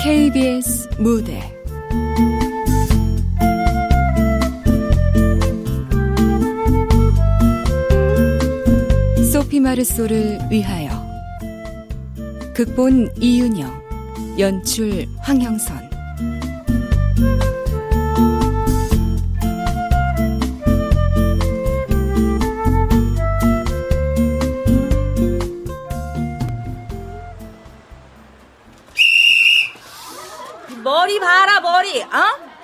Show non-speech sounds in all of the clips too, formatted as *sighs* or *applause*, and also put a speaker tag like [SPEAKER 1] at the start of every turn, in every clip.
[SPEAKER 1] KBS 무대 소피 마르소를 위하여 극본 이윤영 연출 황영선
[SPEAKER 2] 머리 봐라 머리 어?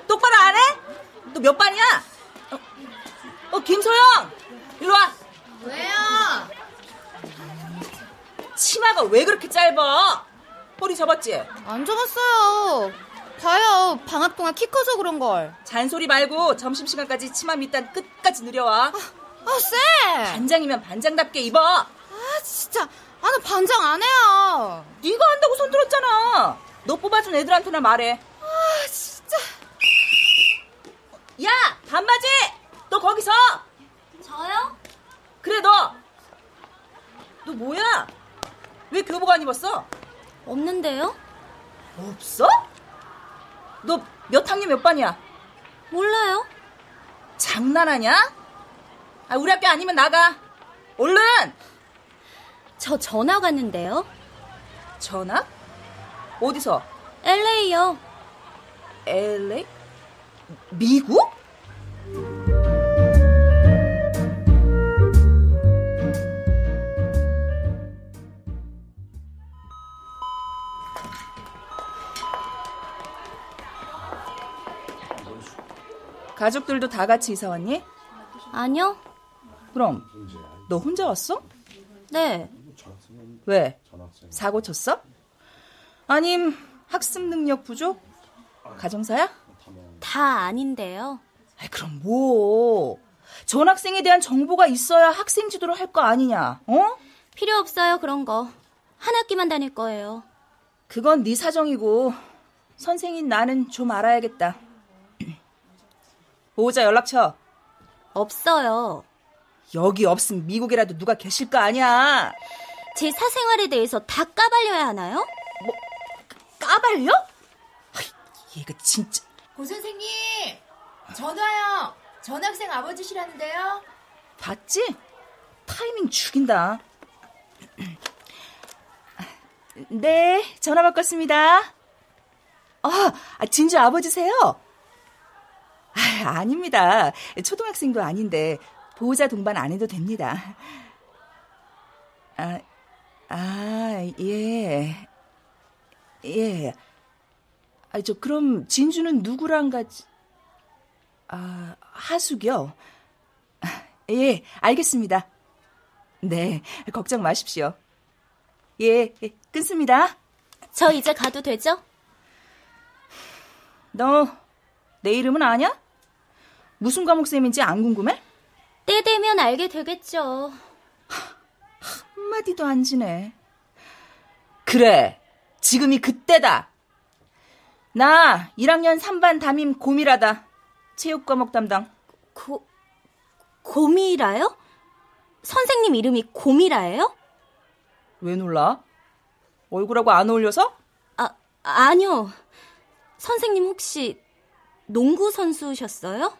[SPEAKER 2] 똑바로 안 해? 너 몇 반이야? 어, 어, 김소영 일로 와
[SPEAKER 3] 왜요?
[SPEAKER 2] 치마가 왜 그렇게 짧아? 허리 접었지?
[SPEAKER 3] 안 접었어요. 봐요. 방학 동안 키 커서 그런 걸.
[SPEAKER 2] 잔소리 말고 점심시간까지 치마 밑단 끝까지 누려와
[SPEAKER 3] 아, 쌤!
[SPEAKER 2] 반장이면 반장답게 입어
[SPEAKER 3] 아, 진짜. 아, 나 반장 안 해요.
[SPEAKER 2] 네가 한다고 손 들었잖아 너 뽑아준 애들한테나 말해
[SPEAKER 3] 아, 진짜.
[SPEAKER 2] 야 반바지 너 거기서
[SPEAKER 4] 저요?
[SPEAKER 2] 그래 너너 너 뭐야 왜 교복 안 입었어?
[SPEAKER 4] 없는데요?
[SPEAKER 2] 없어? 너 몇 학년 몇 반이야?
[SPEAKER 4] 몰라요.
[SPEAKER 2] 장난하냐? 아, 우리 학교 아니면 나가. 얼른!
[SPEAKER 4] 저 전화 갔는데요.
[SPEAKER 2] 전화? 어디서?
[SPEAKER 4] LA요.
[SPEAKER 2] LA? 미국? 가족들도 다 같이 이사 왔니?
[SPEAKER 4] 아니요.
[SPEAKER 2] 그럼 너 혼자 왔어?
[SPEAKER 4] 네.
[SPEAKER 2] 왜? 사고 쳤어? 아님 학습 능력 부족? 가정사야?
[SPEAKER 4] 다 아닌데요.
[SPEAKER 2] 아이, 그럼 뭐? 전학생에 대한 정보가 있어야 학생 지도를 할 거 아니냐? 어?
[SPEAKER 4] 필요 없어요, 그런 거. 한 학기만 다닐 거예요.
[SPEAKER 2] 그건 네 사정이고 선생인 나는 좀 알아야겠다. *clears throat* 보호자 연락처.
[SPEAKER 4] 없어요.
[SPEAKER 2] 여기 없음 미국에라도 누가 계실 거 아니야.
[SPEAKER 4] 제 사생활에 대해서 다 까발려야 하나요?
[SPEAKER 2] 까발려? 아이, 얘가 진짜
[SPEAKER 3] 고 선생님! 전화요! 전학생 아버지시라는데요?
[SPEAKER 2] 봤지? 타이밍 죽인다. *clears throat* 네, 전화 바꿨습니다. 아, 아, 진주 아버지세요? 아, 아닙니다. 초등학생도 아닌데 보호자 동반 안 해도 됩니다. 아, 아, 예. 예. 아, 저 그럼 진주는 누구랑 같이 아, 하숙이요? 예, 알겠습니다. 네, 걱정 마십시오. 예, 예, 끊습니다.
[SPEAKER 4] 저 이제 가도 되죠?
[SPEAKER 2] 너 내 이름은 아냐? 무슨 과목 쌤인지 안 궁금해?
[SPEAKER 4] 때 되면 알게 되겠죠.
[SPEAKER 2] 한마디도 안 지네. 그래, 지금이 그때다. 나 1학년 3반 담임 고미라다. 체육 과목 담당.
[SPEAKER 4] 고, 고미라요? 선생님 이름이 고미라예요?
[SPEAKER 2] 왜 놀라? 얼굴하고 안 어울려서?
[SPEAKER 4] 아, 아니요. 선생님 혹시 농구 선수셨어요?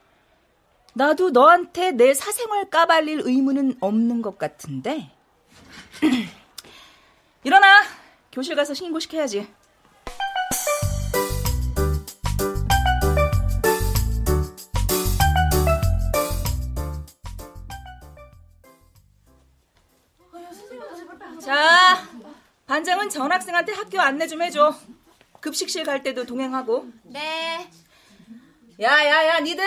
[SPEAKER 2] 나도 너한테 내 사생활 까발릴 의무는 없는 것 같은데. *clears throat* 일어나. 교실 가서 신고시켜야지. 자, 반장은 전 학생한테 학교 안내 좀 해줘. 급식실 갈 때도 동행하고.
[SPEAKER 3] 네.
[SPEAKER 2] 야야야 니들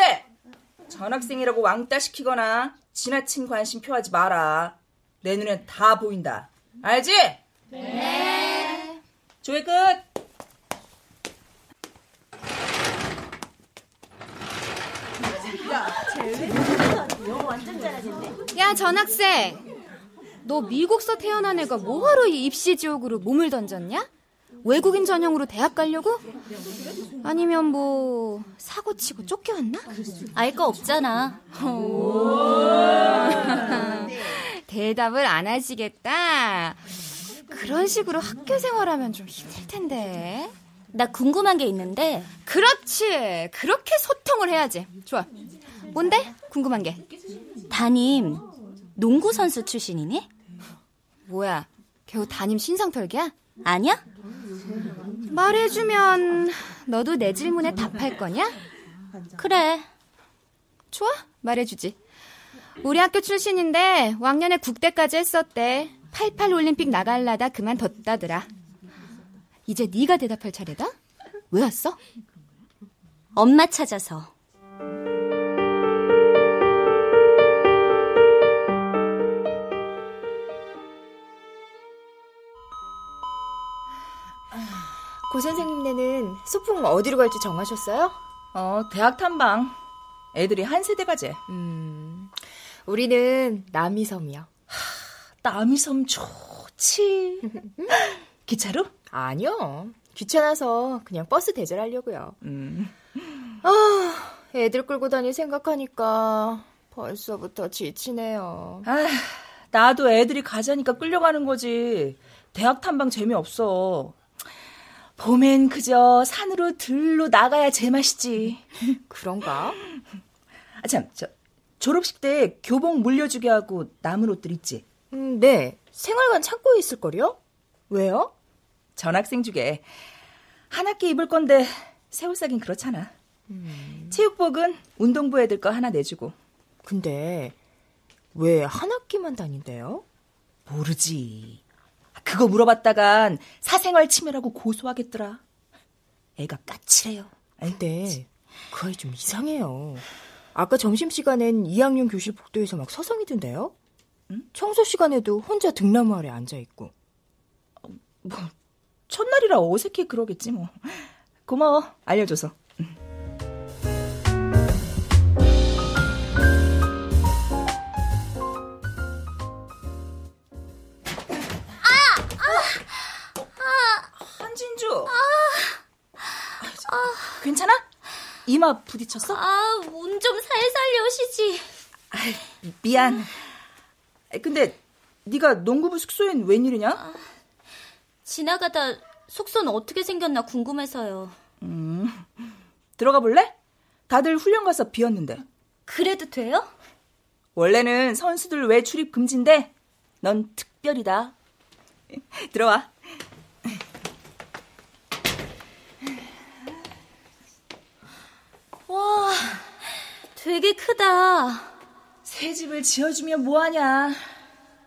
[SPEAKER 2] 전학생이라고 왕따 시키거나 지나친 관심 표하지 마라 내 눈엔 다 보인다 알지? 네 조회 끝
[SPEAKER 3] 야, 전학생!
[SPEAKER 1] 너 미국서 태어난 애가 뭐하러 이 입시 지옥으로 몸을 던졌냐? 외국인 전형으로 대학 가려고? 아니면 뭐 사고 치고 쫓겨왔나?
[SPEAKER 4] 알 거 없잖아.
[SPEAKER 1] 대답을 안 하시겠다. 그런 식으로 학교 생활하면 좀 힘들 텐데.
[SPEAKER 4] 나 궁금한 게 있는데
[SPEAKER 1] 그렇지. 그렇게 네, 소통을 해야지. 좋아. 뭔데? 궁금한 게.
[SPEAKER 4] 담임 농구 선수 출신이니?
[SPEAKER 1] 뭐야? 겨우 담임 신상털기야?
[SPEAKER 4] 아니야?
[SPEAKER 1] 말해주면 너도 내 질문에 답할 거냐?
[SPEAKER 4] 그래.
[SPEAKER 1] 좋아? 말해주지. 우리 학교 출신인데 왕년에 국대까지 했었대. 88 올림픽 나갈라다 그만뒀다더라. 이제 네가 대답할 차례다. 왜 왔어?
[SPEAKER 4] 엄마 찾아서.
[SPEAKER 5] 고 선생님네는 소풍 어디로 갈지 정하셨어요?
[SPEAKER 2] 어, 대학 탐방. 애들이 한 세대 가제.
[SPEAKER 5] 음, 우리는 남이섬이요. *laughs*
[SPEAKER 2] 남이섬 좋지. 기차로?
[SPEAKER 5] 아니요. 귀찮아서 그냥 버스 대절하려고요. 아,
[SPEAKER 2] 음.
[SPEAKER 5] 애들 끌고 다닐 생각하니까 벌써부터 지치네요.
[SPEAKER 2] 아, 나도 애들이 가자니까 끌려가는 거지. 대학 탐방 재미없어. 봄엔 그저 산으로 들로 나가야 제맛이지.
[SPEAKER 5] *laughs* 그런가?
[SPEAKER 2] 아, 참, 저, 졸업식 때 교복 물려주게 하고 남은 옷들 있지?
[SPEAKER 5] 음, 네. 생활관 찾고 있을걸요? 왜요?
[SPEAKER 2] 전학생 주게. 한 학기 입을 건데, 세월 사긴 그렇잖아.
[SPEAKER 5] 음.
[SPEAKER 2] 체육복은 운동부 애들 거 하나 내주고.
[SPEAKER 5] 근데 왜 한 학기만 다닌대요?
[SPEAKER 2] 모르지. 그거 물어봤다간 사생활 침해라고 고소하겠더라. 애가 까칠해요.
[SPEAKER 5] 근데 그 아이 좀 이상해요. 아까 점심시간엔 2학년 교실 복도에서 막 서성이던데요? 청소 시간에도 혼자 등나무 아래 앉아있고.
[SPEAKER 2] 뭐, 첫날이라 어색해 그러겠지 뭐. 고마워. 알려줘서. 한진주. 괜찮아? 이마 부딪혔어?
[SPEAKER 4] 아, 몸 좀 살살 여시지.
[SPEAKER 2] 미안. 근데 네가 농구부 숙소엔
[SPEAKER 1] 어?
[SPEAKER 2] 웬일이냐?
[SPEAKER 4] 지나가다 속선 어떻게 생겼나 궁금해서요.
[SPEAKER 2] 음. 들어가 볼래? 다들 훈련 가서 비었는데.
[SPEAKER 4] 그래도 돼요?
[SPEAKER 2] 원래는 선수들 외 출입 금지인데 넌 특별이다. 들어와.
[SPEAKER 4] 와, 되게 크다.
[SPEAKER 2] 새 집을 지어주면 뭐하냐.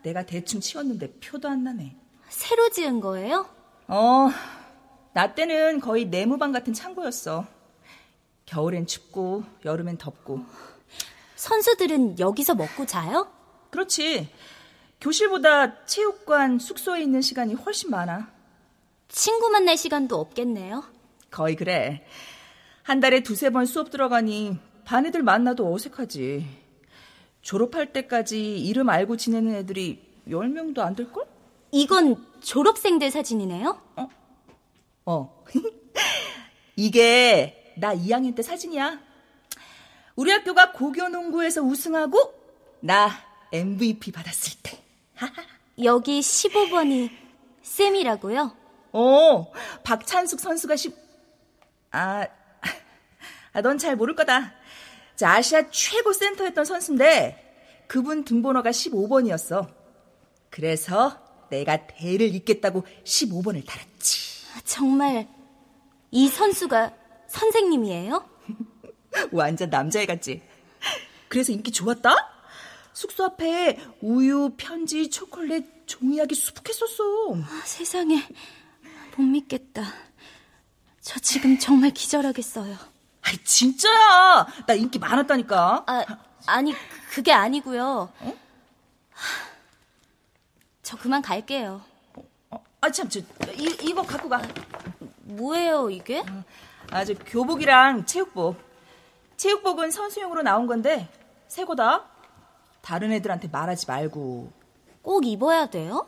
[SPEAKER 2] 내가 대충 치웠는데 표도 안 나네.
[SPEAKER 4] 새로 지은 거예요?
[SPEAKER 2] 어, 나 때는 거의 내무반 같은 창고였어. 겨울엔 춥고 여름엔 덥고.
[SPEAKER 4] 선수들은 여기서 먹고 자요?
[SPEAKER 2] 그렇지. 교실보다 체육관 숙소에 있는 시간이 훨씬 많아.
[SPEAKER 4] 친구 만날 시간도 없겠네요.
[SPEAKER 2] 거의 그래. 한 달에 두세 번 수업 들어가니 반 애들 만나도 어색하지. 졸업할 때까지 이름 알고 지내는 애들이 열명도안 될걸?
[SPEAKER 4] 이건 졸업생들 사진이네요?
[SPEAKER 2] 어. *laughs* 이게 나 2학년 때 사진이야. 우리 학교가 고교농구에서 우승하고 나 MVP 받았을 때. *laughs*
[SPEAKER 4] 여기 15번이 쌤이라고요?
[SPEAKER 2] 어, 박찬숙 선수가 10. 아, *laughs* 아 넌 잘 모를 거다. 자, 아시아 최고 센터였던 선수인데 그분 등번호가 15번이었어. 그래서 내가 대를 잇겠다고 15번을 달았지.
[SPEAKER 4] 아, 정말 이 선수가 선생님이에요?
[SPEAKER 2] *laughs* 완전 남자애 같지? 그래서 인기 좋았다? 숙소 앞에 우유, 편지, 초콜릿, 종이약이 수북했었어.
[SPEAKER 4] 아, 세상에 못 믿겠다. 저 지금 정말 기절하겠어요.
[SPEAKER 2] 아이, 진짜야! 나 인기 많았다니까.
[SPEAKER 4] 아, 아니 그게 아니고요.
[SPEAKER 1] 어?
[SPEAKER 4] 하, 저 그만 갈게요.
[SPEAKER 2] 아, 참, 저, 이, 이거 갖고 가.
[SPEAKER 4] 뭐예요 이게?
[SPEAKER 2] 아주 교복이랑 체육복. 체육복은 선수용으로 나온 건데 새 거다. 다른 애들한테 말하지 말고
[SPEAKER 4] 꼭 입어야 돼요?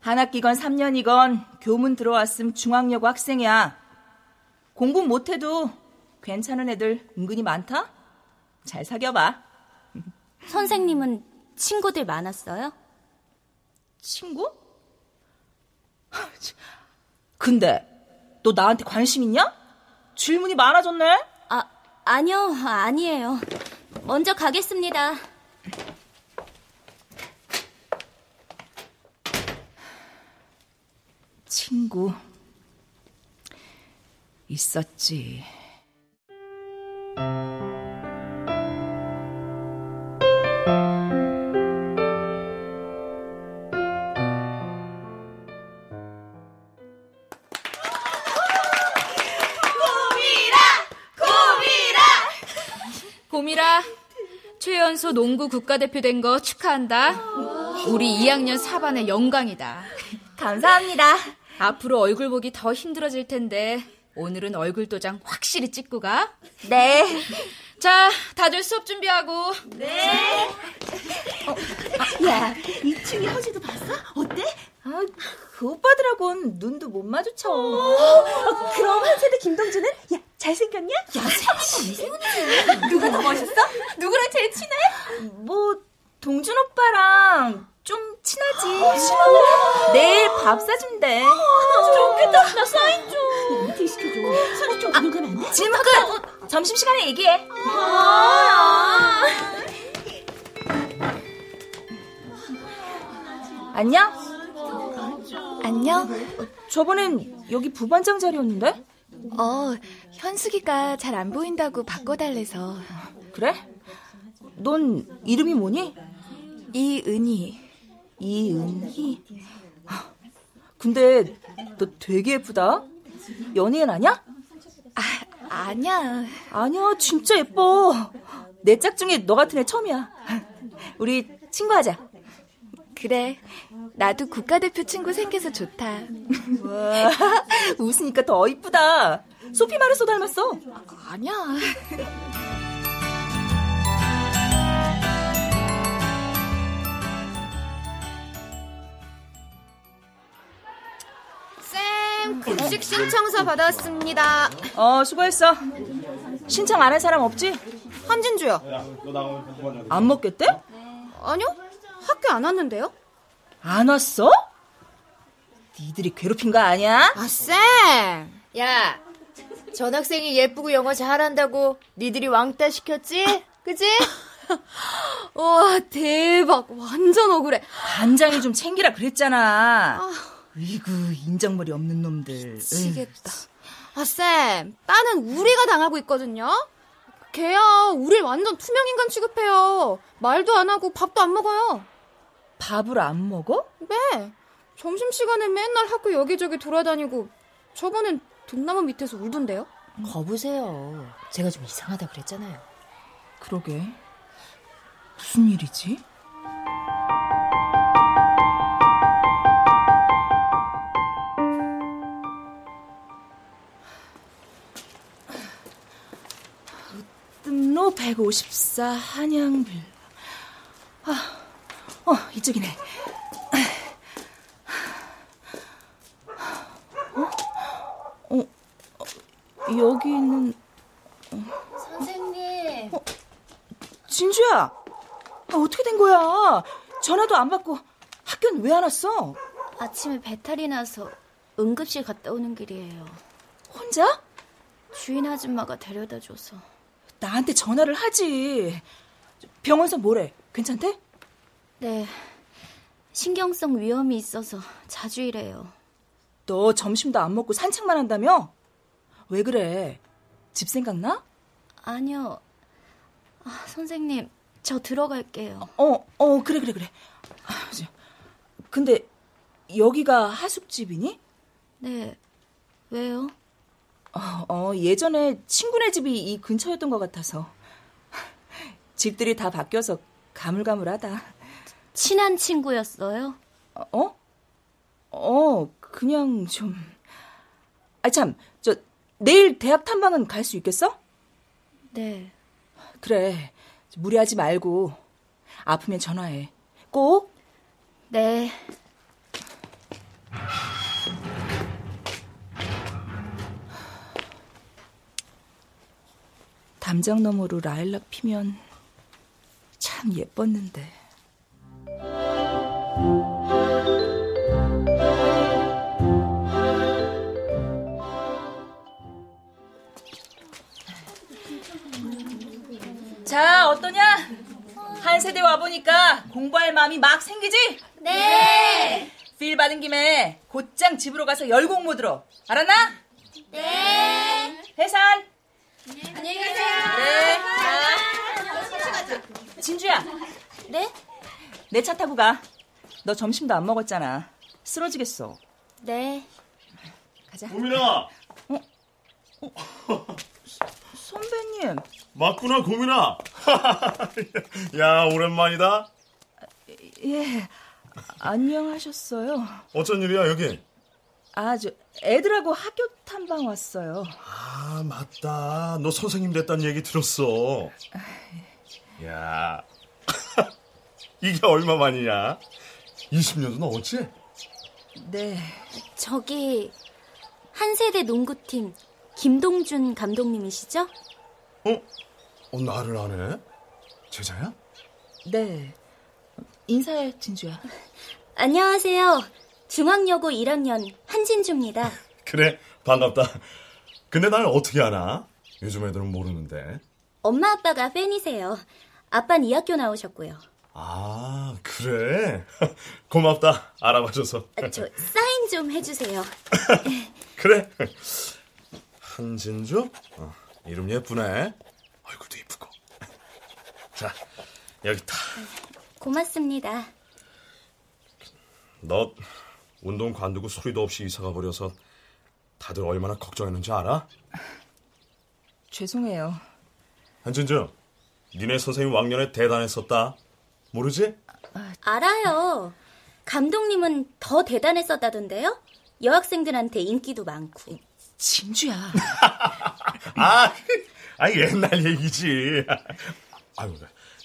[SPEAKER 2] 한 학기건 3년이건 교문 들어왔음 중학여고 학생이야. 공부 못해도 괜찮은 애들 은근히 많다. 잘 사귀어봐.
[SPEAKER 4] 선생님은 친구들 많았어요?
[SPEAKER 2] 친구? 근데 너 나한테 관심 있냐? 질문이 많아졌네?
[SPEAKER 4] 아, 아니요, 아니에요. 먼저 가겠습니다.
[SPEAKER 2] 친구. 있었지.
[SPEAKER 3] 봄이라 최연소 농구 국가대표 된 거 축하한다. 우리 2학년 4반의
[SPEAKER 5] *laughs*
[SPEAKER 3] 영광이다.
[SPEAKER 4] 감사합니다.
[SPEAKER 3] 앞으로 얼굴 보기 더 힘들어질 텐데 오늘은 얼굴 도장 확실히 찍고 가.
[SPEAKER 4] 네.
[SPEAKER 3] 자, 다들 수업 준비하고
[SPEAKER 5] 네.
[SPEAKER 2] 야, 2층에 허지도 봤어? 어때? 아, 그 오빠들하고는 눈도 못 마주쳐. 어,
[SPEAKER 6] 그럼 한세대 김동준은? 야, 잘생겼냐?
[SPEAKER 2] 누가 더 멋있어?
[SPEAKER 4] 누구랑 제일 친해?
[SPEAKER 2] 뭐, 동준 오빠랑 좀 아, 친하지. 내일 밥 사준대. 아, 좋겠다. 나 사인 좀.
[SPEAKER 6] 이틀 시켜줘. 서로 좀 오는 가면 안 돼?
[SPEAKER 2] 지금 끝! 점심시간에 얘기해. 안녕?
[SPEAKER 7] 안녕.
[SPEAKER 2] 저번엔 여기 부반장 자리였는데?
[SPEAKER 7] 어, 현숙이가 잘 안 보인다고 바꿔달래서.
[SPEAKER 2] 그래? 넌 이름이 뭐니?
[SPEAKER 7] 이은희.
[SPEAKER 2] 이은희. 근데 너 되게 예쁘다. 연예인 아니야?
[SPEAKER 7] 아냐.
[SPEAKER 2] 아니야, 진짜 예뻐. 내 짝 중에 너 같은 애 처음이야. 우리 친구하자.
[SPEAKER 7] 그래. 나도 국가대표 친구 생겨서 좋다.
[SPEAKER 2] 와, *laughs* 웃으니까 더 이쁘다. 소피 마르소 닮았어.
[SPEAKER 7] *laughs* 아냐.
[SPEAKER 5] 음,
[SPEAKER 1] 쌤, 급식 신청서 받았습니다.
[SPEAKER 2] 어, 수고했어. 신청 안 한 사람 없지?
[SPEAKER 1] 한진주요.
[SPEAKER 2] 안 먹겠대?
[SPEAKER 1] 아니요? 학교 안 왔는데요?
[SPEAKER 2] 안 왔어? 니들이 괴롭힌 거 아니야?
[SPEAKER 1] 아, 쌤! 야, 전 학생이 예쁘고 영어 잘한다고 니들이 왕따 시켰지? 그지?
[SPEAKER 7] 와, 대박. 완전 억울해.
[SPEAKER 2] 반장이 좀 챙기라 그랬잖아. 이구 인정머리 없는 놈들. 응.
[SPEAKER 7] 미치겠다.
[SPEAKER 1] 아, 쌤, 빠는 우리가 당하고 있거든요? 걔야, 우릴 완전 투명인간 취급해요. 말도 안 하고 밥도 안 먹어요.
[SPEAKER 2] 밥을 안 먹어?
[SPEAKER 1] 네. 점심시간에 맨날 학교 여기저기 돌아다니고 저번엔 등나무 밑에서 울던데요?
[SPEAKER 8] 거보세요. 제가 좀 이상하다 그랬잖아요.
[SPEAKER 2] 그러게. 무슨 일이지? 으뜸로 154 한양빌. 아, 어, 이쪽이네. 어? 어, 여기 있는 어?
[SPEAKER 4] 선생님.
[SPEAKER 2] 진주야, 아, 어떻게 된 거야? 전화도 안 받고 학교는 왜 안 왔어?
[SPEAKER 4] 아침에 배탈이 나서 응급실 갔다 오는 길이에요.
[SPEAKER 2] 혼자?
[SPEAKER 4] 주인 아줌마가 데려다 줘서.
[SPEAKER 2] 나한테 전화를 하지. 병원에서 뭐래? 괜찮대?
[SPEAKER 4] 네. 신경성 위험이 있어서 자주 일해요.
[SPEAKER 2] 너 점심도 안 먹고 산책만 한다며? 왜 그래? 집 생각나?
[SPEAKER 4] 아니요. 아, 선생님, 저 들어갈게요.
[SPEAKER 2] 어, 어, 그래, 그래, 그래. 아, 저, 근데 여기가 하숙집이니?
[SPEAKER 4] 네. 왜요?
[SPEAKER 2] 어, 어, 예전에 친구네 집이 이 근처였던 것 같아서. 집들이 다 바뀌어서 가물가물하다.
[SPEAKER 4] 친한 친구였어요?
[SPEAKER 2] 어? 어, 그냥 좀. 아, 참, 저, 내일 대학 탐방은 갈 수 있겠어?
[SPEAKER 4] 네.
[SPEAKER 2] 그래. 무리하지 말고. 아프면 전화해. 꼭.
[SPEAKER 4] 네.
[SPEAKER 2] 담장 너머로 라일락 피면 참 예뻤는데. 자, 어떠냐? 한 세대 와보니까 공부할 마음이 막 생기지?
[SPEAKER 4] 네.
[SPEAKER 2] 필 받은 김에 곧장 집으로 가서 열공모 들어. 알았나?
[SPEAKER 4] 네.
[SPEAKER 2] 해산!
[SPEAKER 4] 안녕히 가세요. 아.
[SPEAKER 2] 네. 자. 진주야,
[SPEAKER 4] 네?
[SPEAKER 2] 내 차 타고 가. 너 점심도 안 먹었잖아. 쓰러지겠어.
[SPEAKER 4] 네.
[SPEAKER 2] 가자.
[SPEAKER 9] 고민아
[SPEAKER 2] 선배님,
[SPEAKER 9] 맞구나 고민아 *laughs* 야 오랜만이다
[SPEAKER 2] 예. 안녕하셨어요.
[SPEAKER 9] 어쩐 일이야 여기
[SPEAKER 2] 아, 저, 애들하고 학교 탐방 왔어요.
[SPEAKER 9] 아 맞다 너 선생님 됐단 얘기 들었어 야 *laughs* 이게 얼마만이냐 20년도 넘었지?
[SPEAKER 2] 네.
[SPEAKER 4] 저기 한 세대 농구팀 김동준 감독님이시죠?
[SPEAKER 9] 어? 어 나를 아네 제자야?
[SPEAKER 2] 네. 인사해, 진주야.
[SPEAKER 4] 안녕하세요. 중앙여고 1학년 한진주입니다.
[SPEAKER 9] 그래 반갑다 근데 날 어떻게 아나? 요즘 애들은 모르는데
[SPEAKER 4] 엄마 아빠가 팬이세요. 아빠는 이 학교 나오셨고요.
[SPEAKER 9] 아 그래 *laughs* 고맙다 알아봐줘서
[SPEAKER 4] 아, 저 사인 좀 해주세요.
[SPEAKER 9] 그래. 한진주? 어, 이름 예쁘네. 얼굴도 예쁘고. 자, 여기 다.
[SPEAKER 4] 고맙습니다.
[SPEAKER 9] 너 운동 관두고 소리도 없이 이사가 버려서 다들 얼마나 걱정했는지 알아?
[SPEAKER 2] 죄송해요.
[SPEAKER 9] 한진주, 니네 선생님 왕년에 대단했었다. 모르지?
[SPEAKER 4] 알아요. 감독님은 더 대단했었다던데요? 여학생들한테 인기도 많고.
[SPEAKER 2] 진주야.
[SPEAKER 9] 아, *laughs* 아 옛날 얘기지. 아유,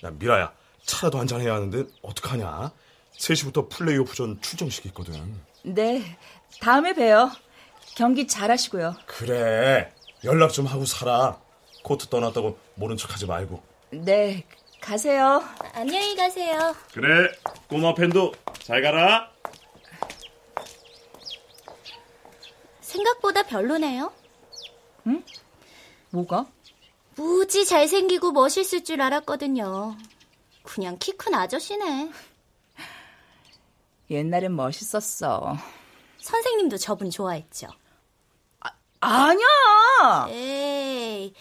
[SPEAKER 9] 야 미라야, 차라도 한잔 해야 하는데 어떡하냐? 3시부터 플레이오프전 출정식이 있거든.
[SPEAKER 2] 네. 다음에 봬요. 경기 잘하시고요.
[SPEAKER 9] 그래 연락 좀 하고 살아 코트 떠났다고 모른 척하지 말고
[SPEAKER 2] 네. 가세요.
[SPEAKER 4] 안녕히 가세요.
[SPEAKER 9] 그래 꼬마 팬도 잘 가라
[SPEAKER 4] 생각보다 별로네요.
[SPEAKER 2] 뭐가?
[SPEAKER 4] 무지 잘생기고 멋있을 줄 알았거든요. 그냥 키 큰 아저씨네.
[SPEAKER 2] 옛날엔 멋있었어.
[SPEAKER 4] 선생님도 저분 좋아했죠.
[SPEAKER 2] 아니야!
[SPEAKER 4] 에이,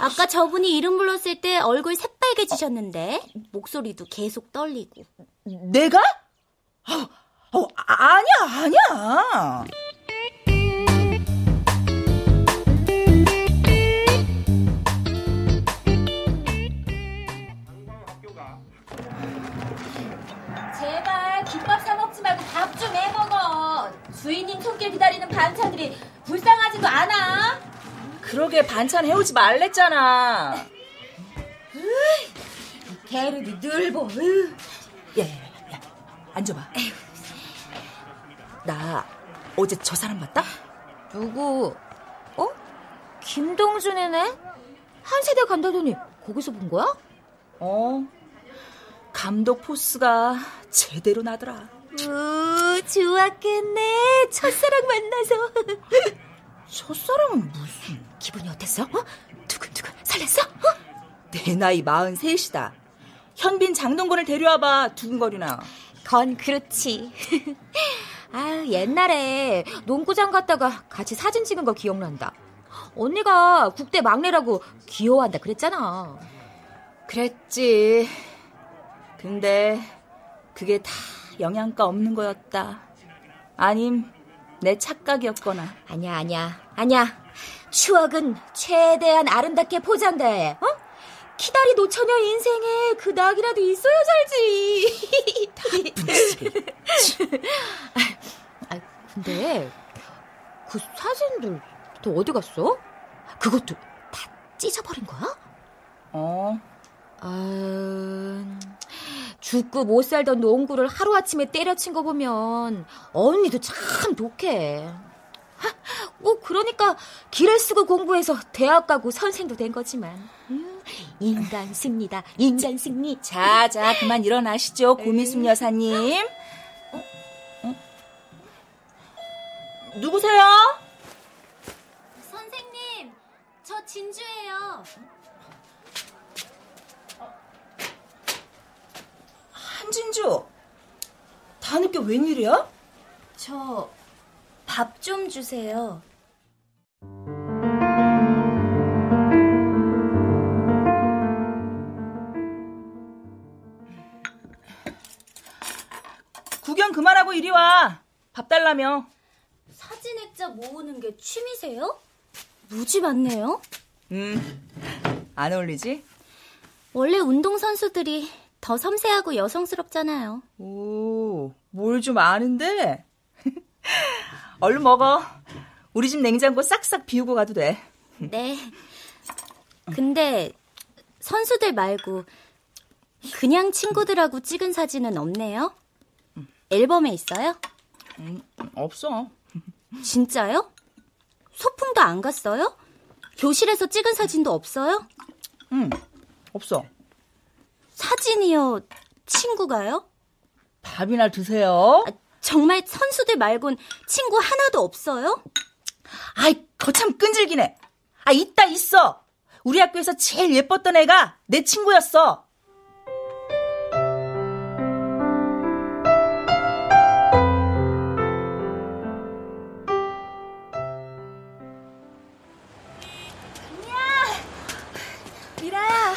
[SPEAKER 4] 아까 저분이 이름 불렀을 때 얼굴 새빨개지셨는데 목소리도 계속 떨리고.
[SPEAKER 2] 내가? 어, 어, 아- 아니야, 아니야!
[SPEAKER 10] 제발 김밥 사 먹지 말고 밥 좀 해 먹어. 주인님 손길 기다리는 반찬들이 불쌍하지도 않아.
[SPEAKER 2] 그러게 반찬 해오지 말랬잖아.
[SPEAKER 10] 게으르기 늘보. 으.
[SPEAKER 2] 야, 야, 야, 야. 앉아봐. 나 어제 저 사람 봤다?
[SPEAKER 3] 누구? 어? 김동준이네? 한 세대 간다더니 거기서 본 거야?
[SPEAKER 2] 어. 감독 포스가 제대로 나더라.
[SPEAKER 4] 오, 좋았겠네. 첫사랑
[SPEAKER 2] *laughs*
[SPEAKER 4] 만나서.
[SPEAKER 2] 저 사람은 무슨.
[SPEAKER 4] 기분이 어땠어? 어? 두근두근 설렜어?
[SPEAKER 2] 내 나이 43이다. 현빈 장동건을 데려와봐, 두근거리나.
[SPEAKER 3] 건 그렇지. 아 옛날에 농구장 갔다가 같이 사진 찍은 거 기억난다. 언니가 국대 막내라고 귀여워한다 그랬잖아.
[SPEAKER 2] 그랬지. 근데 그게 다 영양가 없는 거였다. 아님 내 착각이었거나.
[SPEAKER 3] 아니야 아니야 아니야. 추억은 최대한 아름답게 포장돼야 해. 어? 키다리 노처녀 인생에 그 낙이라도 있어야 살지. 아, 근데 그 사진들 또 어디 갔어? 그것도 다 찢어버린 거야?
[SPEAKER 2] 어.
[SPEAKER 3] 아, 죽고 못 살던 농구를 하루아침에 때려친 거 보면 언니도 참 독해. 하, 어, 그러니까 길을 쓰고 공부해서 대학 가고 선생도 된 거지만. 음, 인간 승리다. 인간 승리.
[SPEAKER 2] 자, 자, 그만 일어나시죠, 고미숙 여사님. 어? 어? 누구세요?
[SPEAKER 4] 선생님, 저 진주예요.
[SPEAKER 2] 진주. 다 늦게 웬일이야?
[SPEAKER 4] 저, 밥 좀 주세요.
[SPEAKER 2] 구경 그만하고 이리 와. 밥 달라며.
[SPEAKER 4] 사진 액자 모으는 게 취미세요? 무지 많네요.
[SPEAKER 2] 음. 안 어울리지?
[SPEAKER 4] 원래 운동선수들이 더 섬세하고 여성스럽잖아요.
[SPEAKER 2] 오, 뭘 좀 아는데? 얼른 먹어. 우리 집 냉장고 싹싹 비우고 가도 돼.
[SPEAKER 4] 네. 근데 선수들 말고 그냥 친구들하고 찍은 사진은 없네요? 앨범에 있어요?
[SPEAKER 2] 없어.
[SPEAKER 4] 진짜요? 소풍도 안 갔어요? 교실에서 찍은 사진도 없어요?
[SPEAKER 2] 응, 없어.
[SPEAKER 4] 사진이요? 친구가요?
[SPEAKER 2] 밥이나 드세요.
[SPEAKER 4] 아, 정말 선수들 말곤 친구 하나도 없어요?
[SPEAKER 2] 아이, 거참 끈질기네. 아, 있다, 있어. 우리 학교에서 제일 예뻤던 애가 내 친구였어.
[SPEAKER 6] 미라야.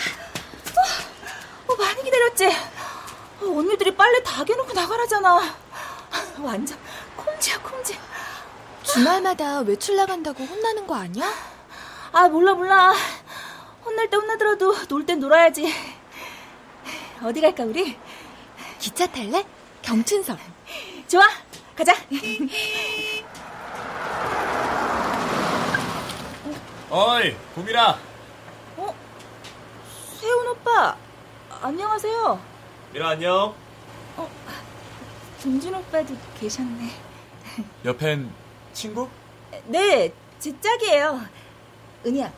[SPEAKER 2] 어, 많이 기다렸지? 어, 언니들이 빨래 다 개놓고 나가라잖아. 완전 콩지야, 콩지.
[SPEAKER 5] 주말마다 외출 나간다고 혼나는 거 아니야?
[SPEAKER 2] 아, 몰라, 몰라. 혼날 때 혼나더라도 놀 땐 놀아야지. 어디 갈까, 우리?
[SPEAKER 5] 기차 탈래? 경춘선.
[SPEAKER 2] 좋아, 가자.
[SPEAKER 11] 어이, 봄이라.
[SPEAKER 2] 어? 세훈 오빠, 안녕하세요.
[SPEAKER 11] 미라, 안녕.
[SPEAKER 2] 동준 오빠도 계셨네.
[SPEAKER 11] 옆엔 친구?
[SPEAKER 2] 네, 제 짝이에요. 은희야,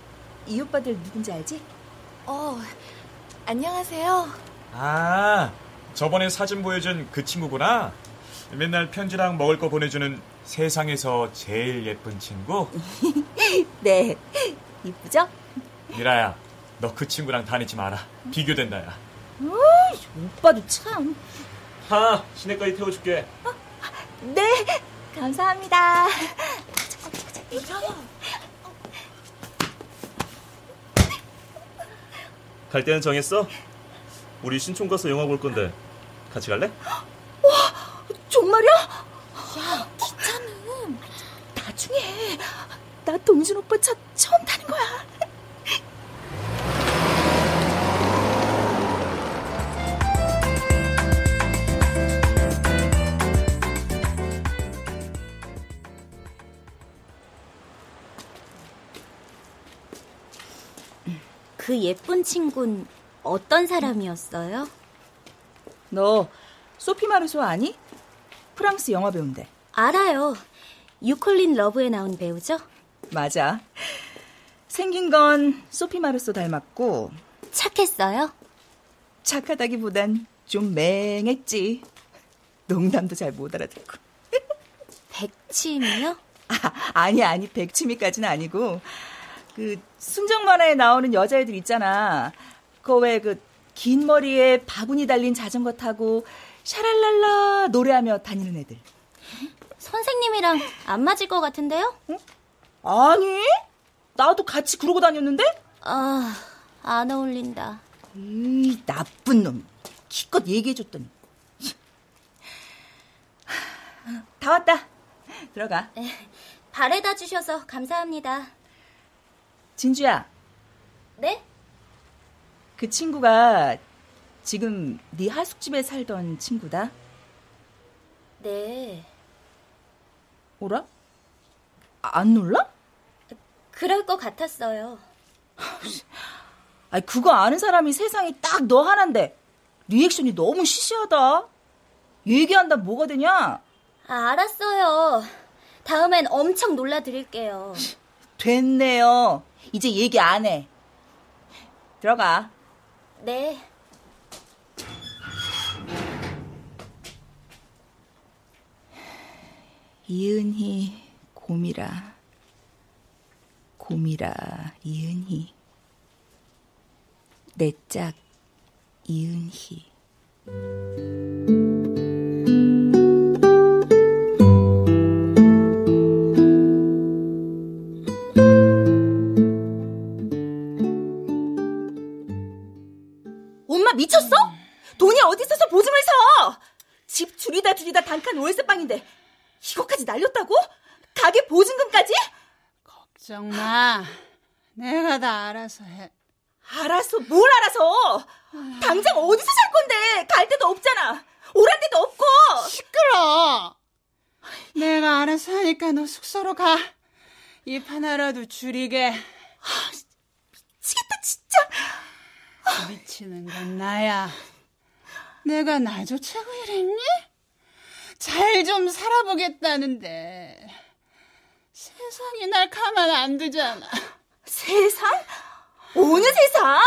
[SPEAKER 2] 이 오빠들 누군지 알지?
[SPEAKER 5] 어, 안녕하세요.
[SPEAKER 11] 아, 저번에 사진 보여준 그 친구구나. 맨날 편지랑 먹을 거 보내주는 세상에서 제일 예쁜 친구?
[SPEAKER 2] 네, 이쁘죠?
[SPEAKER 11] 미라야, 너 그 친구랑 다니지 마라. 비교된다, 야.
[SPEAKER 2] 어이, 오빠도 참.
[SPEAKER 11] 하, 시내까지 태워줄게.
[SPEAKER 2] 네, 감사합니다.
[SPEAKER 12] 갈 때는 정했어? 우리 신촌 가서 영화 볼 건데 같이 갈래?
[SPEAKER 2] 와, 정말이야? 야, 기차는 나중에 해. 나 동준 오빠 차 처음 타는 거야.
[SPEAKER 4] 그 예쁜 친구는 어떤 사람이었어요?
[SPEAKER 2] 너 소피 마르소 아니? 프랑스 영화 배우인데.
[SPEAKER 4] 알아요. 유콜린 러브에 나온 배우죠?
[SPEAKER 2] 맞아. 생긴 건 소피 마르소 닮았고
[SPEAKER 4] 착했어요?
[SPEAKER 2] 착하다기보단 좀 맹했지. 농담도 잘 못 알아듣고. *laughs*
[SPEAKER 4] 백치미요?
[SPEAKER 2] 아, 아니 아니 백치미까지는 아니고 그 순정 만화에 나오는 여자애들 있잖아. 그왜그긴 머리에 바구니 달린 자전거 타고 샤랄랄라 노래하며 다니는 애들.
[SPEAKER 4] 선생님이랑 안 맞을 것 같은데요?
[SPEAKER 2] 응? 아니, 나도 같이 그러고 다녔는데?
[SPEAKER 4] 아, 안 어울린다.
[SPEAKER 2] 음, 이 나쁜 놈. 기껏 얘기해줬더니. 다 왔다. 들어가.
[SPEAKER 4] 바래다 주셔서 감사합니다.
[SPEAKER 2] 진주야.
[SPEAKER 4] 네?
[SPEAKER 2] 그 친구가 지금 네 하숙집에 살던 친구다.
[SPEAKER 4] 네.
[SPEAKER 2] 오라? 안 놀라?
[SPEAKER 4] 그럴 것 같았어요.
[SPEAKER 2] 아, 그거 아는 사람이 세상에 딱 너 하나인데 리액션이 너무 시시하다. 얘기한다 뭐가 되냐?
[SPEAKER 4] 아, 알았어요. 다음엔 엄청 놀라드릴게요.
[SPEAKER 2] 됐네요. 이제 얘기 안 해. 들어가.
[SPEAKER 4] 네.
[SPEAKER 2] 이은희, 고미라. 고미라, 이은희. 내 짝, 이은희. 엄마 미쳤어? 돈이 어디 있어서 보증을 서? 집 줄이다 줄이다 단칸 월세방인데 이것까지 날렸다고? 가게 보증금까지?
[SPEAKER 10] 걱정 마. 내가 다 알아서 해.
[SPEAKER 2] 알아서 뭘 알아서? 당장 어디서 살 건데? 갈 데도 없잖아. 오란 데도 없고.
[SPEAKER 10] 시끄러. 내가 알아서 하니까 너 숙소로 가. 입 하나라도 줄이게.
[SPEAKER 2] 아, 미치겠다 진짜. 아.
[SPEAKER 10] 미치는 건 나야. 내가 나조차고 이랬니? 잘 좀 살아보겠다는데 세상이 날 가만 안 두잖아.
[SPEAKER 2] 세상? 어느 세상?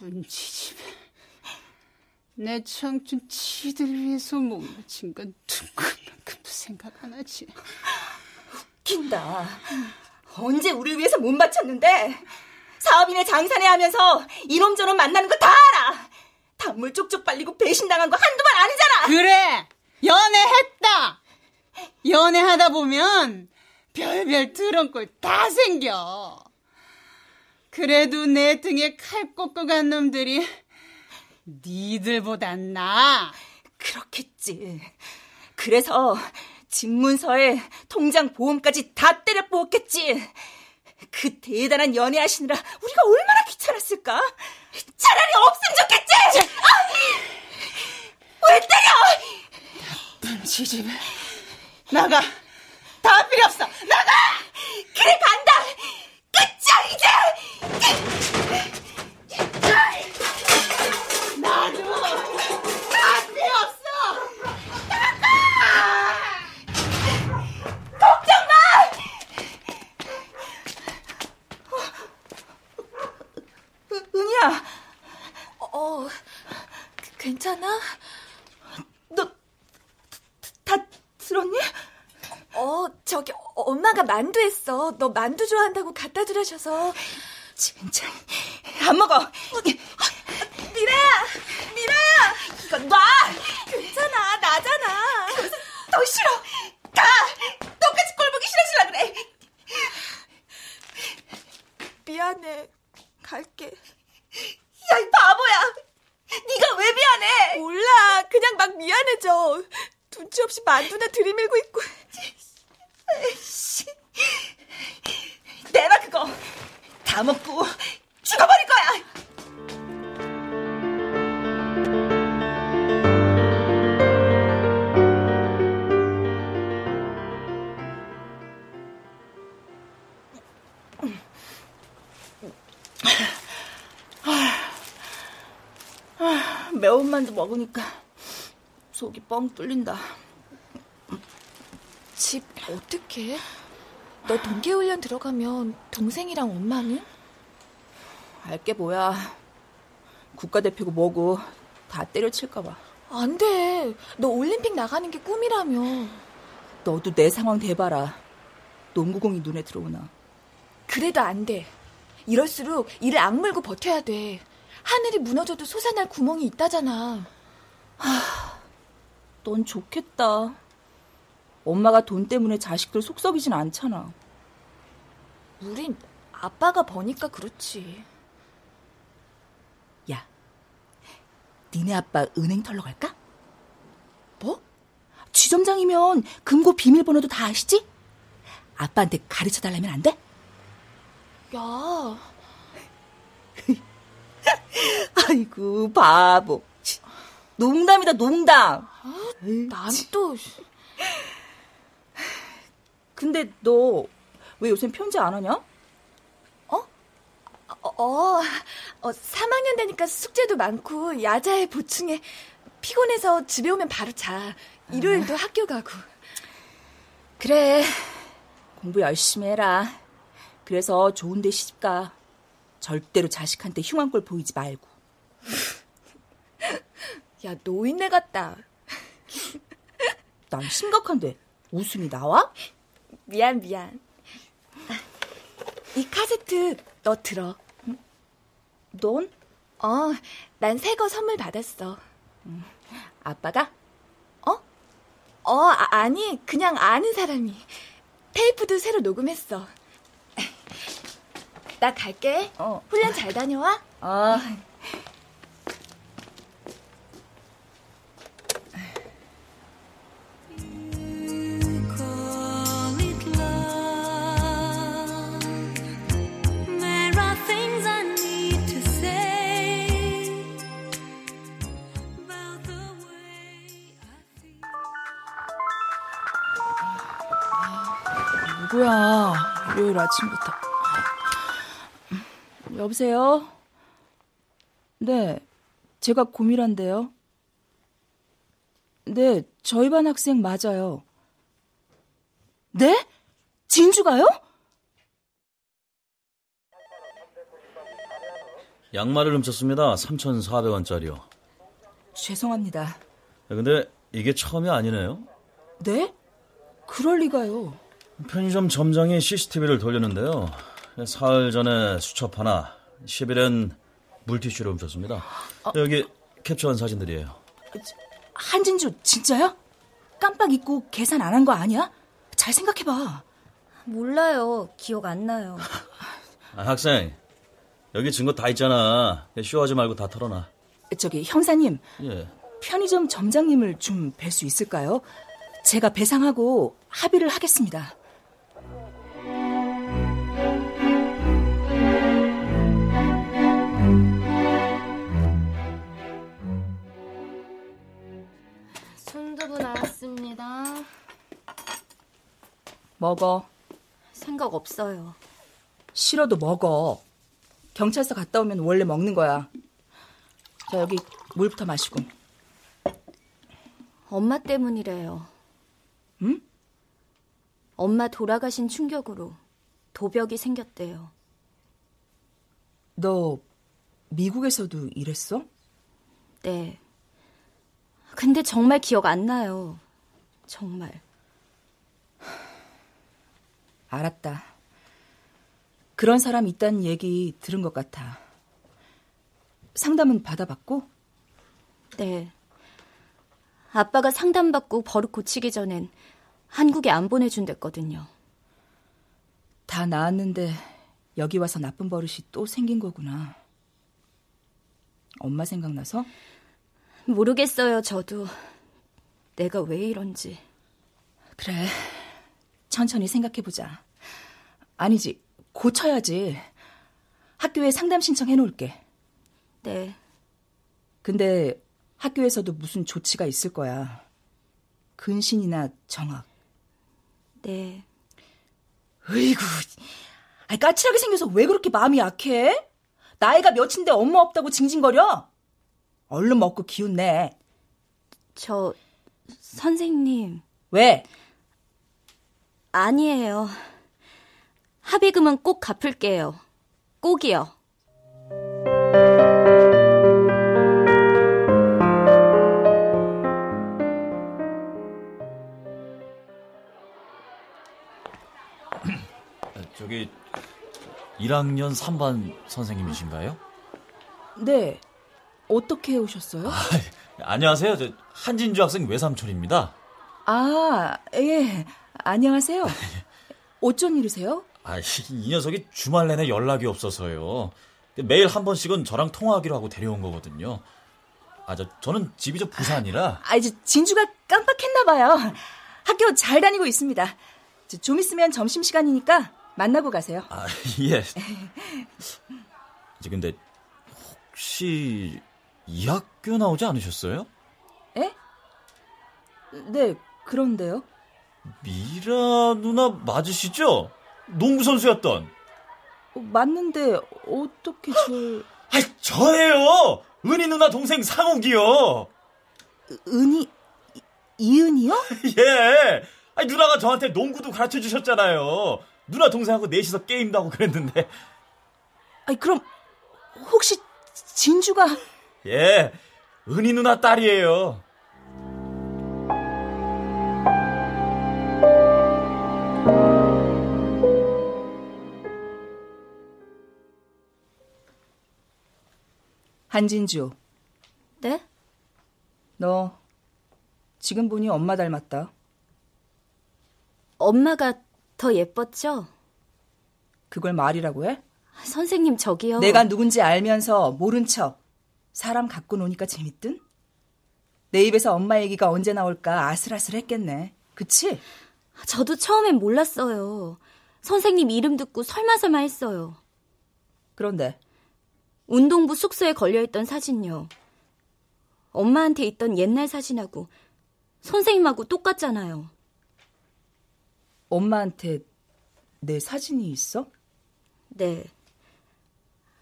[SPEAKER 10] 눈치집에 내 청춘 치들 위해서 못 맞춘 건 누구만큼도 생각 안 하지.
[SPEAKER 2] 웃긴다. 언제 우리 위해서 못 맞췄는데 사업인의 장사네 하면서 이놈저놈 만나는 거 다 알아. 단물 쪽쪽 빨리고 배신당한 거 한두 번 아니잖아.
[SPEAKER 10] 그래 연애했다. 연애하다 보면 별별 드러운 꼴다 생겨. 그래도 내 등에 칼 꽂고 간 놈들이 니들보단 나.
[SPEAKER 2] 그렇겠지. 그래서 집 문서에 통장 보험까지 다 때려 부었겠지. 그 대단한 연애하시느라 우리가 얼마나 귀찮았을까? 차라리 없으면 좋겠지! 아! 왜 때려!
[SPEAKER 10] 나쁜 지집에 나가! 다 필요 없어! 나가!
[SPEAKER 2] 그래, 간다! 끝이야, 이제! 끝!
[SPEAKER 10] 나도! 다 필요 없어!
[SPEAKER 2] 나가! 걱정 마! 은, 은이야.
[SPEAKER 7] 어, 그, 괜찮아?
[SPEAKER 2] 너, 다, 다 들었니?
[SPEAKER 7] 어, 저기, 엄마가 만두 했어. 너 만두 좋아한다고 갖다 주라셔서.
[SPEAKER 2] 진짜, 안 먹어.
[SPEAKER 7] 미라야! 미라야!
[SPEAKER 2] 이건 놔!
[SPEAKER 7] 괜찮아, 나잖아.
[SPEAKER 2] 더 싫어! 가! 똑같이 꼴 보기 싫어지려 그래!
[SPEAKER 7] 미안해. 갈게.
[SPEAKER 2] 야, 이 바보야! 네가 왜 미안해?
[SPEAKER 7] 몰라. 그냥 막 미안해져. 눈치 없이 만두나 들이밀고 있고.
[SPEAKER 2] 에이씨. 내가 그거 다 먹고 죽어버릴 거야! 매운 만두 먹으니까 속이 뻥 뚫린다.
[SPEAKER 7] 집 어떻게? 너 동계훈련 들어가면 동생이랑 엄마는?
[SPEAKER 2] 알게 뭐야. 국가대표고 뭐고 다 때려칠까봐.
[SPEAKER 7] 안 돼. 너 올림픽 나가는 게 꿈이라며.
[SPEAKER 2] 너도 내 상황 대봐라. 농구공이 눈에 들어오나.
[SPEAKER 7] 그래도 안 돼. 이럴수록 이를 악물고 버텨야 돼. 하늘이 무너져도 솟아날 구멍이 있다잖아.
[SPEAKER 2] 하, 넌 좋겠다. 엄마가 돈 때문에 자식들 속 썩이진 않잖아.
[SPEAKER 7] 우린 아빠가 버니까 그렇지.
[SPEAKER 2] 야, 니네 아빠 은행 털러 갈까?
[SPEAKER 7] 뭐?
[SPEAKER 2] 지점장이면 금고 비밀번호도 다 아시지? 아빠한테 가르쳐 달라면 안 돼?
[SPEAKER 7] 야, 어,
[SPEAKER 2] 아이고 바보. 농담이다 농담.
[SPEAKER 7] 아, 난 또.
[SPEAKER 2] 근데 너 왜 요새 편지 안 하냐?
[SPEAKER 7] 어? 어, 어, 어 3학년 되니까 숙제도 많고 야자에 보충해 피곤해서 집에 오면 바로 자. 일요일도 아. 학교 가고.
[SPEAKER 2] 그래 공부 열심히 해라. 그래서 좋은데 시집가. 절대로 자식한테 흉한 꼴 보이지 말고.
[SPEAKER 7] *laughs* 야, 노인네 같다.
[SPEAKER 2] 난 심각한데 웃음이 나와?
[SPEAKER 7] 미안, 미안. 이 카세트 너 들어.
[SPEAKER 2] 응? 넌?
[SPEAKER 7] 어, 난 새 거 선물 받았어.
[SPEAKER 3] 아빠가?
[SPEAKER 7] 어? 어, 아, 아니, 그냥 아는 사람이. 테이프도 새로 녹음했어. *laughs* 나 갈게. 훈련 잘 다녀와.
[SPEAKER 2] 어.
[SPEAKER 6] There are things I need to say about the
[SPEAKER 2] 누구야? 일요일 아침부터. 음, 여보세요? 네, 제가 고미란데요. 네, 저희 반 학생 맞아요. 네? 진주가요?
[SPEAKER 13] 양말을 훔쳤습니다. 3,400원짜리요. 예,
[SPEAKER 2] 죄송합니다.
[SPEAKER 13] 근데 이게 처음이 아니네요.
[SPEAKER 2] 네? 그럴 리가요.
[SPEAKER 13] 편의점 점장이 CCTV를 돌렸는데요. 예, 사흘 전에 수첩 하나, 10일엔 물티슈를 훔쳤습니다. 예, 여기 캡처한 사진들이에요.
[SPEAKER 2] 한진주 진짜야? 깜빡 잊고 계산 안 한 거 아니야? 잘 생각해봐.
[SPEAKER 4] 몰라요. 기억 안 나요.
[SPEAKER 13] 아, 학생, 여기 증거 다 있잖아. 예, 쇼하지 말고 다 털어놔.
[SPEAKER 2] 저기 형사님,
[SPEAKER 13] 예.
[SPEAKER 2] 편의점 점장님을 좀 뵐 수 있을까요? 제가 배상하고 합의를 하겠습니다.
[SPEAKER 4] 순두부 나왔습니다.
[SPEAKER 2] 먹어.
[SPEAKER 4] 생각 없어요.
[SPEAKER 2] 싫어도 먹어. 경찰서 갔다 오면 원래 먹는 거야. 자, 여기 물부터 마시고.
[SPEAKER 4] 엄마 때문이래요.
[SPEAKER 2] 응?
[SPEAKER 4] 엄마 돌아가신 충격으로 도벽이 생겼대요.
[SPEAKER 2] 너 미국에서도 일했어?
[SPEAKER 4] 네. 근데 정말 기억 안 나요. 정말.
[SPEAKER 2] *sighs* 알았다. 그런 사람 있다는 얘기 들은 것 같아. 상담은 받아봤고?
[SPEAKER 4] 네. 아빠가 상담받고 버릇 고치기 전엔 한국에 안 보내준댔거든요.
[SPEAKER 2] 다 나았는데 여기 와서 나쁜 버릇이 또 생긴 거구나. 엄마 생각나서?
[SPEAKER 4] 모르겠어요, 저도. 내가 왜 이런지.
[SPEAKER 2] 그래. 천천히 생각해보자. 아니지, 고쳐야지. 학교에 상담 신청 해놓을게.
[SPEAKER 4] 네.
[SPEAKER 2] 근데 학교에서도 무슨 조치가 있을 거야. 근신이나 정학.
[SPEAKER 4] 네.
[SPEAKER 2] 으이구. 아, 까칠하게 생겨서 왜 그렇게 마음이 약해? 나이가 몇인데 엄마 없다고 징징거려? 얼른 먹고 기운 내.
[SPEAKER 4] 저, 선생님.
[SPEAKER 2] 왜?
[SPEAKER 4] 아니에요. 합의금은 꼭 갚을게요. 꼭이요.
[SPEAKER 14] 아, 저기 1학년 3반 선생님이신가요?
[SPEAKER 2] 네. 어떻게 오셨어요?
[SPEAKER 14] 안녕하세요. 저 한진주 학생 외삼촌입니다.
[SPEAKER 2] 아, 예. 안녕하세요. 어쩐 일이세요?
[SPEAKER 14] 아, *laughs* 이- 이 녀석이 주말 내내 연락이 없어서요. 매일 한 번씩은 저랑 통화하기로 하고 데려온 거거든요. 아, 저, 저는 집이 저 부산이라.
[SPEAKER 2] 아, 이제 진주가 깜빡했나봐요. 학교 잘 다니고 있습니다. 이제 좀 있으면 점심시간이니까 만나고 가세요.
[SPEAKER 14] 아, *laughs* 예. 이제 근데 혹시 이 학교 나오지 않으셨어요?
[SPEAKER 2] 에? 네, 그런데요.
[SPEAKER 14] 미라 누나 맞으시죠? 농구 선수였던.
[SPEAKER 2] 어, 맞는데 어떻게 저...
[SPEAKER 14] 아, 저예요. 은희 누나 동생 상욱이요.
[SPEAKER 2] 은희 이은이요?
[SPEAKER 14] *laughs* 예. 아니, 누나가 저한테 농구도 가르쳐 주셨잖아요. 누나 동생하고 넷이서 게임도 하고 그랬는데.
[SPEAKER 2] 아니, 그럼 혹시 진주가...
[SPEAKER 14] 예. 은희 누나 딸이에요.
[SPEAKER 2] 한진주.
[SPEAKER 4] 네?
[SPEAKER 2] 너 지금 보니 엄마 닮았다.
[SPEAKER 4] 엄마가 더 예뻤죠?
[SPEAKER 2] 그걸 말이라고 해?
[SPEAKER 4] 선생님 저기요.
[SPEAKER 2] 내가 누군지 알면서 모른 척 사람 갖고 노니까 재밌든? 내 입에서 엄마 얘기가 언제 나올까 아슬아슬했겠네. 그치?
[SPEAKER 4] 저도 처음엔 몰랐어요. 선생님 이름 듣고 설마설마 했어요.
[SPEAKER 2] 그런데
[SPEAKER 4] 운동부 숙소에 걸려있던 사진요. 엄마한테 있던 옛날 사진하고 선생님하고 똑같잖아요.
[SPEAKER 2] 엄마한테 내 사진이 있어?
[SPEAKER 4] 네.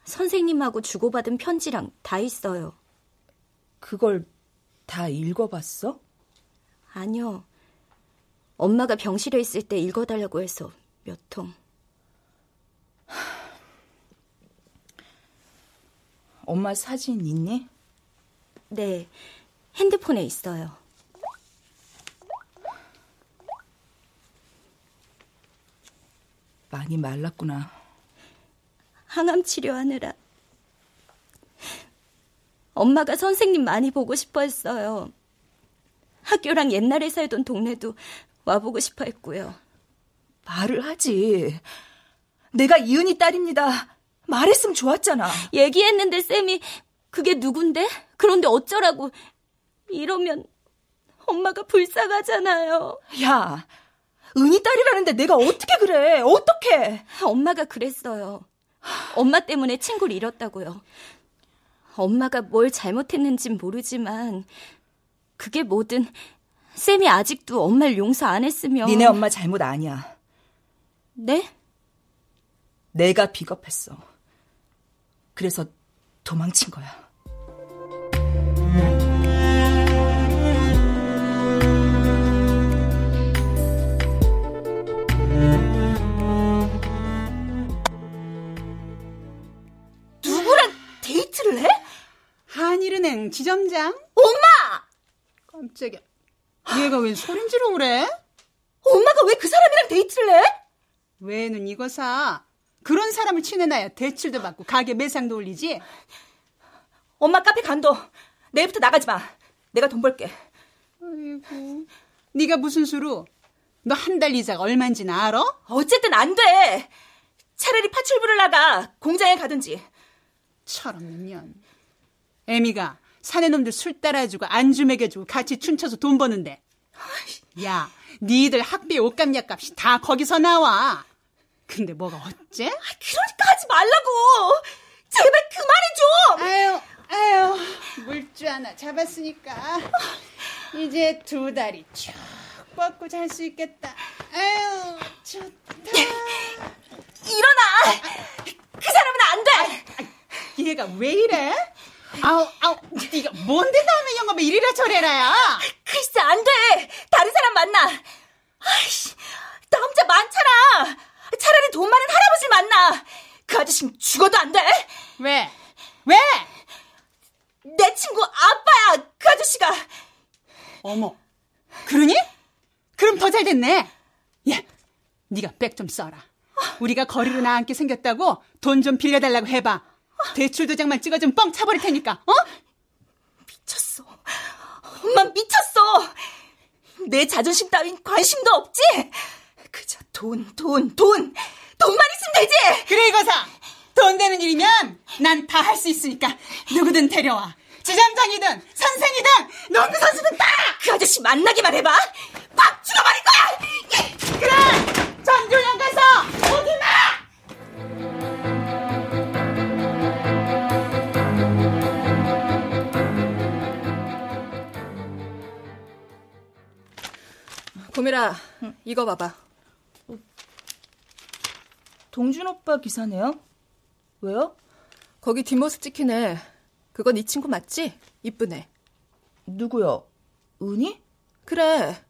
[SPEAKER 4] 선생님하고 주고받은 편지랑 다 있어요.
[SPEAKER 2] 그걸 다 읽어봤어?
[SPEAKER 4] 아니요. 엄마가 병실에 있을 때 읽어달라고 해서 몇 통.
[SPEAKER 2] 엄마 사진 있니?
[SPEAKER 4] 네. 핸드폰에 있어요.
[SPEAKER 2] 많이 말랐구나.
[SPEAKER 4] 항암 치료하느라. 엄마가 선생님 많이 보고 싶어 했어요. 학교랑 옛날에 살던 동네도 와보고 싶어 했고요.
[SPEAKER 2] 말을 하지. 내가 이은이 딸입니다. 말했으면 좋았잖아.
[SPEAKER 4] 얘기했는데 쌤이 그게 누군데? 그런데 어쩌라고. 이러면 엄마가 불쌍하잖아요.
[SPEAKER 2] 야, 은희 딸이라는데 내가 어떻게 그래? 어떻게?
[SPEAKER 4] 엄마가 그랬어요. 엄마 때문에 친구를 잃었다고요. 엄마가 뭘 잘못했는진 모르지만 그게 뭐든 쌤이 아직도 엄마를 용서 안 했으면
[SPEAKER 2] 니네 엄마 잘못 아니야.
[SPEAKER 4] 네?
[SPEAKER 2] 내가 비겁했어. 그래서 도망친 거야.
[SPEAKER 10] 누구랑 데이트를 해? 한일은행 지점장? 엄마! 깜짝이야. 얘가 웬 소린 지르 그래? 엄마가 왜 그 사람이랑 데이트를 해? 왜는 이거 사. 그런 사람을 친해놔야 대출도 받고 가게 매상도 올리지.
[SPEAKER 2] 엄마 카페 간도. 내일부터 나가지 마. 내가 돈 벌게.
[SPEAKER 10] 아이고. 네가 무슨 수로? 너 한 달 이자가 얼마인지는 알아?
[SPEAKER 2] 어쨌든 안 돼. 차라리 파출부를 나가. 공장에 가든지.
[SPEAKER 10] 철없는 년. 애미가 사내놈들 술 따라주고 안주 먹여주고 같이 춤춰서 돈 버는데. 야, 니들 학비 옷값 약값이 다 거기서 나와. 근데 뭐가 어째?
[SPEAKER 2] 그러니까 하지 말라고. 제발
[SPEAKER 10] 좀.
[SPEAKER 2] 그만해
[SPEAKER 10] 아유, 아유, 물주 하나 잡았으니까 이제 두 다리 쭉 뻗고 잘 수 있겠다. 아유, 좋다.
[SPEAKER 2] 일어나. 그 사람은 안 돼.
[SPEAKER 10] 얘가 왜 이래? 아우, 아우, 네가 뭔데 다음에 영업에 이리라 저래라야?
[SPEAKER 2] 글쎄, 안 돼! 다른 사람 만나! 아이씨, 나 혼자 많잖아! 차라리 돈 많은 할아버지 만나! 그 아저씨는 죽어도 안 돼!
[SPEAKER 10] 왜? 왜?
[SPEAKER 2] 내 친구 아빠야, 그 아저씨가!
[SPEAKER 10] 어머, 그러니? 그럼 더 잘 됐네. 야, 네가 백 좀 써라. 우리가 거리로 나앉게 생겼다고 돈 좀 빌려달라고 해봐. 대출 도장만 찍어 좀 뻥 차버릴 테니까, 어?
[SPEAKER 2] 미쳤어. 엄마 미쳤어! 내 자존심 따윈 관심도 없지? 그저 돈, 돈, 돈! 돈만 있으면 되지!
[SPEAKER 10] 그래, 이거사! 돈 되는 일이면 난 다 할 수 있으니까 누구든 데려와. 지점장이든 선생이든 농구 선수든 따라!
[SPEAKER 2] 그 아저씨 만나기만 해봐! 빡 죽어버릴 거야!
[SPEAKER 10] 그래! 전주령 가서 오지 마!
[SPEAKER 5] 고미라, 이거 봐봐.
[SPEAKER 2] 동준 오빠 기사네요? 왜요?
[SPEAKER 5] 거기 뒷모습 찍힌 애. 그건 이 친구 맞지? 이쁜 애.
[SPEAKER 2] 누구요? 은희?
[SPEAKER 5] 그래.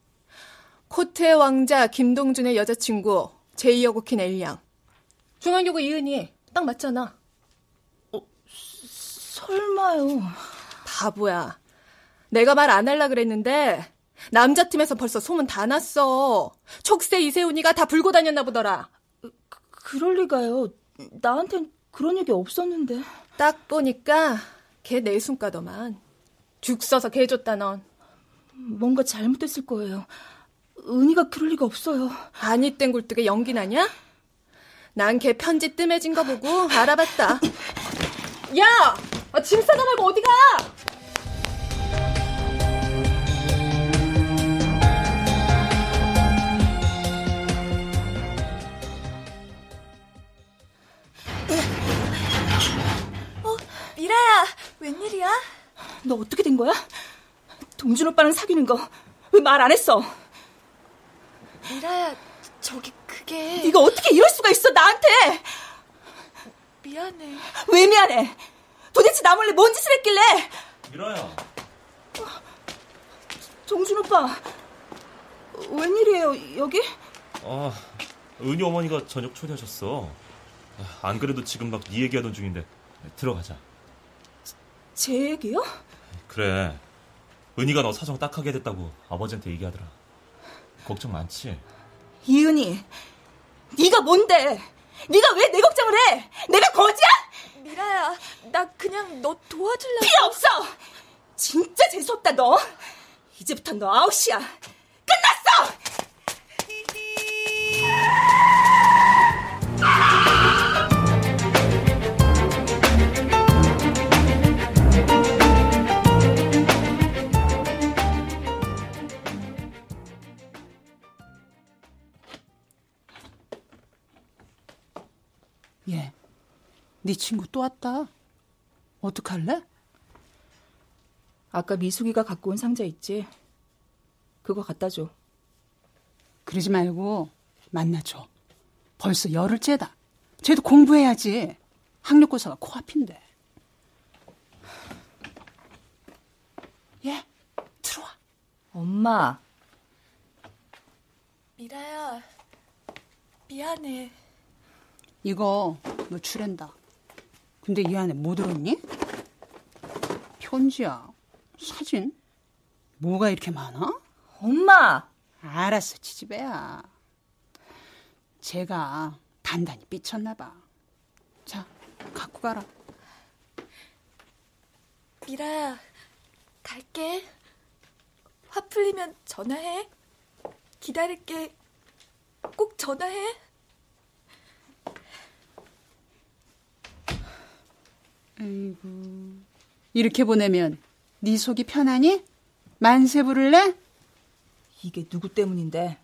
[SPEAKER 5] 코트의 왕자 김동준의 여자친구 제2여고킨 엘양. 중앙여고 이은이. 딱 맞잖아.
[SPEAKER 2] 어, 설마요.
[SPEAKER 5] 바보야. 내가 말 안 할라 그랬는데 남자팀에서 벌써 소문 다 났어. 촉새 이세훈이가 다 불고 다녔나 보더라.
[SPEAKER 2] 그, 그럴 리가요. 나한텐 그런 얘기 없었는데.
[SPEAKER 5] 딱 보니까
[SPEAKER 15] 걔 내숭까더만. 죽 써서 개 줬다 넌.
[SPEAKER 2] 뭔가 잘못됐을 거예요. 은희가 그럴 리가 없어요.
[SPEAKER 15] 아니 땡 굴뚝에 연기 나냐? 난 걔 편지 뜸해진 거 보고
[SPEAKER 2] *laughs*
[SPEAKER 15] 알아봤다. 야! 아, 짐 싸다 말고 어디 가!
[SPEAKER 7] 미라야, 웬일이야?
[SPEAKER 2] 너 어떻게 된 거야? 동준 오빠랑 사귀는 거 왜 말 안 했어?
[SPEAKER 7] 미라야, 저기 그게
[SPEAKER 2] 네가 어떻게 이럴 수가 있어 나한테?
[SPEAKER 7] *laughs* 미안해.
[SPEAKER 2] 왜 미안해? 도대체 나 몰래 뭔 짓을 했길래?
[SPEAKER 14] 미라야.
[SPEAKER 2] 동준 오빠 웬일이에요 여기?
[SPEAKER 12] 아, 은희 어머니가 저녁 초대하셨어. 아, 안 그래도 지금 막 네 얘기하던 중인데 들어가자.
[SPEAKER 2] 제 얘기요?
[SPEAKER 12] 그래. 은희가 너 사정 딱하게 됐다고 아버지한테 얘기하더라. 걱정 많지?
[SPEAKER 2] 이은이 네가 뭔데? 네가 왜 내 걱정을 해? 내가 거지야?
[SPEAKER 7] 미라야, 나 그냥 너 도와주려고.
[SPEAKER 2] 필요 없어! 진짜 재수없다 너. 이제부터 너 아웃이야. 끝났어! 예.
[SPEAKER 10] 얘, 네 친구 또 왔다. 어떡할래?
[SPEAKER 2] 아까 미숙이가 갖고 온 상자 있지? 그거 갖다 줘.
[SPEAKER 10] 그러지 말고 만나줘. 벌써 열흘째다. 쟤도 공부해야지. 학력고사가 코앞인데. 예, 들어와.
[SPEAKER 2] 엄마.
[SPEAKER 7] 미라야, 미안해.
[SPEAKER 10] 이거 너 출연다. 근데 이 안에 뭐 들었니? 편지야, 사진? 뭐가 이렇게 많아?
[SPEAKER 2] 엄마!
[SPEAKER 10] 알았어, 치즈배야. 제가 단단히 삐쳤나봐. 자, 갖고 가라.
[SPEAKER 7] 미라야, 갈게. 화 풀리면 전화해. 기다릴게. 꼭 전화해.
[SPEAKER 10] 아이고. 이렇게 보내면 네 속이 편하니? 만세 부를래?
[SPEAKER 2] 이게 누구 때문인데?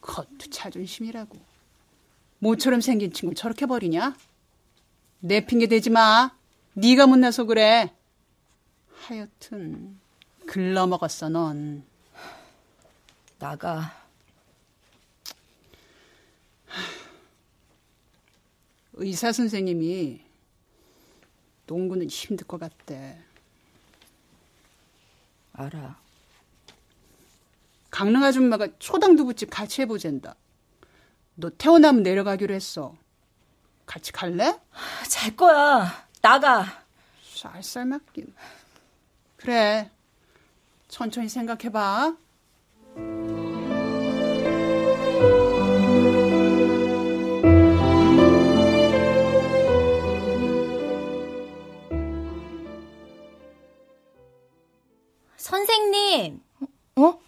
[SPEAKER 10] 그것도 자존심이라고. 모처럼 생긴 친구 저렇게 버리냐? 내 핑계 대지 마. 네가 못나서 그래. 하여튼 글러먹었어 넌.
[SPEAKER 2] 나가.
[SPEAKER 10] 의사 선생님이 농구는 힘들 것 같대.
[SPEAKER 2] 알아.
[SPEAKER 10] 강릉 아줌마가 초당 두부집 같이 해보젠다. 너 태어나면 내려가기로 했어. 같이 갈래?
[SPEAKER 2] 잘 거야. 나가.
[SPEAKER 10] 쌀쌀 맞긴. 그래. 천천히 생각해봐.
[SPEAKER 4] 선생님.
[SPEAKER 2] 어?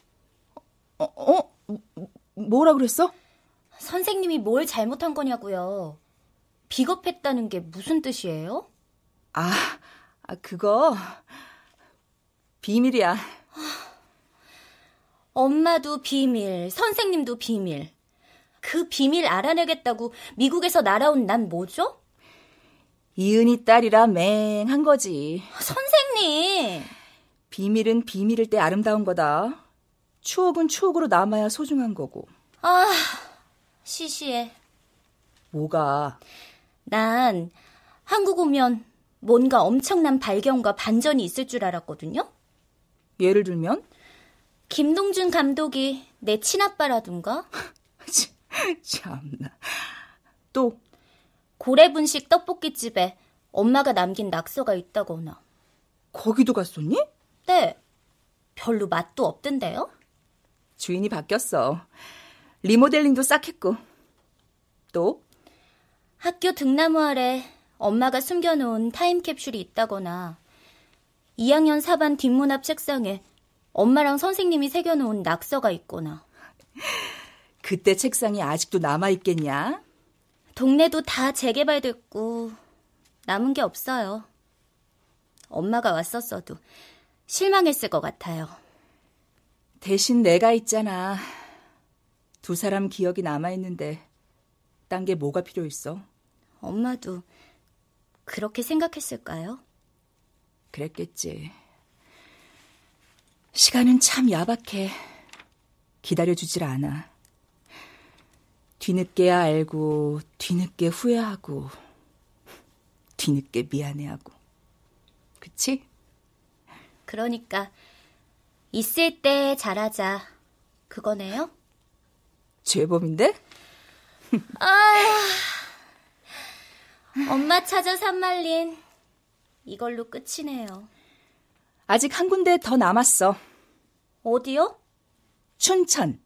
[SPEAKER 2] 어? 어? 뭐라 그랬어?
[SPEAKER 4] 선생님이 뭘 잘못한 거냐고요. 비겁했다는 게 무슨 뜻이에요?
[SPEAKER 2] 아, 아, 그거 비밀이야.
[SPEAKER 4] 엄마도 비밀, 선생님도 비밀. 그 비밀 알아내겠다고 미국에서 날아온 난 뭐죠?
[SPEAKER 2] 이은이 딸이라 맹한 거지.
[SPEAKER 4] 선생님!
[SPEAKER 2] 비밀은 비밀일 때 아름다운 거다. 추억은 추억으로 남아야 소중한 거고.
[SPEAKER 4] 아, 시시해.
[SPEAKER 2] 뭐가?
[SPEAKER 4] 난 한국 오면 뭔가 엄청난 발견과 반전이 있을 줄 알았거든요.
[SPEAKER 2] 예를 들면?
[SPEAKER 4] 김동준 감독이 내
[SPEAKER 2] *laughs*
[SPEAKER 4] 친아빠라든가.
[SPEAKER 2] 참나. 또
[SPEAKER 4] 고래분식 떡볶이집에 엄마가 남긴 낙서가 있다거나.
[SPEAKER 2] 거기도 갔었니?
[SPEAKER 4] 네. 별로 맛도 없던데요?
[SPEAKER 2] 주인이 바뀌었어. 리모델링도 싹 했고. 또
[SPEAKER 4] 학교 등나무 아래 엄마가 숨겨놓은 타임캡슐이 있다거나 2학년 4반 뒷문 앞 책상에 엄마랑 선생님이 새겨놓은 낙서가 있거나.
[SPEAKER 2] *laughs* 그때 책상이 아직도 남아있겠냐?
[SPEAKER 4] 동네도 다 재개발됐고 남은 게 없어요. 엄마가 왔었어도 실망했을 것 같아요.
[SPEAKER 2] 대신 내가 있잖아. 두 사람 기억이 남아있는데, 딴 게 뭐가 필요 있어?
[SPEAKER 4] 엄마도 그렇게 생각했을까요?
[SPEAKER 2] 그랬겠지. 시간은 참 야박해. 기다려주질 않아. 뒤늦게야 알고, 뒤늦게 후회하고, 뒤늦게 미안해하고. 그치?
[SPEAKER 4] 그러니까 있을 때 잘하자 그거네요.
[SPEAKER 2] 죄범인데?
[SPEAKER 4] 아휴, 엄마 찾아 산말린 이걸로 끝이네요.
[SPEAKER 2] 아직 한 군데 더 남았어.
[SPEAKER 4] 어디요?
[SPEAKER 2] 춘천.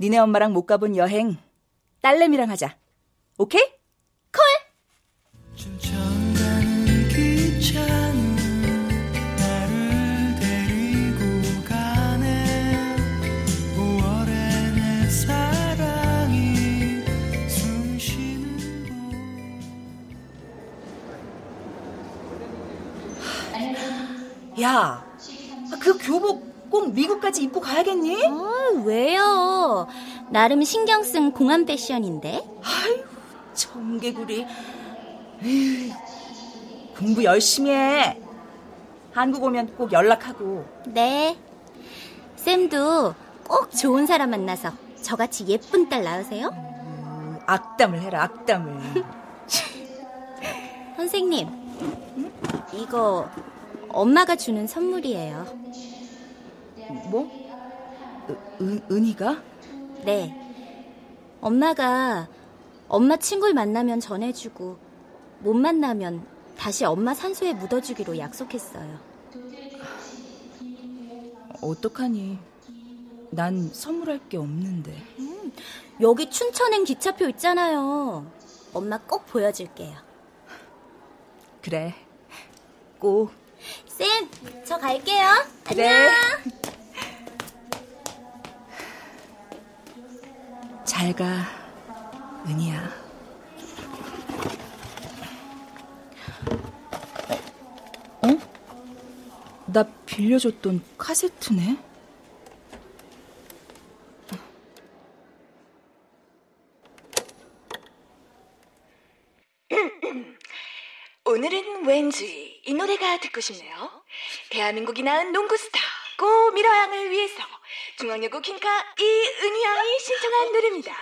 [SPEAKER 2] 니네 엄마랑 못 가본 여행, 딸내미랑 하자. 오케이? 콜!
[SPEAKER 6] 귀찮은 나를 데리고 가네 5월에 내 사랑이 숨 쉬는
[SPEAKER 2] 야, 그 교복 꼭 미국까지 입고 가야겠니?
[SPEAKER 4] 아, 왜요? 나름 신경 쓴 공안 패션인데.
[SPEAKER 2] 아, 정개구리. 에휴, 공부 열심히 해. 한국 오면 꼭 연락하고.
[SPEAKER 4] 네. 쌤도 꼭 좋은 사람 만나서 저같이 예쁜 딸 낳으세요.
[SPEAKER 2] 음, 악담을 해라, 악담을.
[SPEAKER 4] *laughs* 선생님, 이거 엄마가 주는 선물이에요.
[SPEAKER 2] 뭐? 은, 은이가?
[SPEAKER 4] 네. 엄마가 엄마 친구를 만나면 전해주고 못 만나면 다시 엄마 산소에 묻어주기로 약속했어요.
[SPEAKER 2] 어떡하니. 난 선물할 게 없는데.
[SPEAKER 4] 음, 여기 춘천행 기차표 있잖아요. 엄마 꼭 보여줄게요.
[SPEAKER 2] 그래. 꼭.
[SPEAKER 4] 쌤, 저 갈게요.
[SPEAKER 2] 그래.
[SPEAKER 4] 안녕.
[SPEAKER 2] 잘 가, 은이야. 어? 어? 나 빌려줬던 카세트네?
[SPEAKER 7] *clears throat* 오늘은 왠지 이 노래가 듣고 싶네요. 대한민국이 낳은 농구스타 고 미러양을 위해서 중앙여고 킹카 이은희 양이 신청한 노래입니다.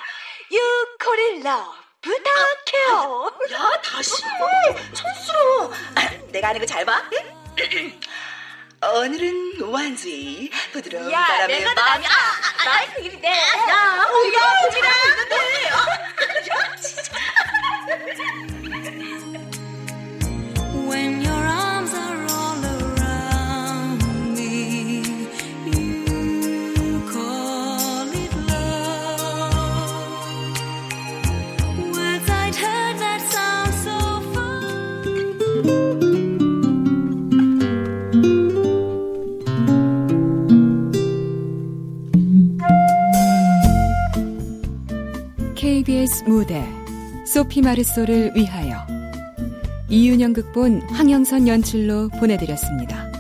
[SPEAKER 7] You Call It Love 부탁해요. 야 다시
[SPEAKER 2] 촌스러워. *laughs* 내가 하는 거 잘 봐. *clears throat* 오늘은 완주의 부드러운
[SPEAKER 6] 야,
[SPEAKER 2] 바람에
[SPEAKER 6] 내가 더
[SPEAKER 2] 마음이
[SPEAKER 6] 낫다.
[SPEAKER 2] 아, 아, 아,
[SPEAKER 6] 나이스
[SPEAKER 2] 일이네. 야, 우리가 우리가
[SPEAKER 6] When your arms are all around me, you call it love. Words I'd heard that sound so far.
[SPEAKER 16] KBS 무대 소피 마르소를 위하여 이윤영 극본 황영선 연출로 보내드렸습니다.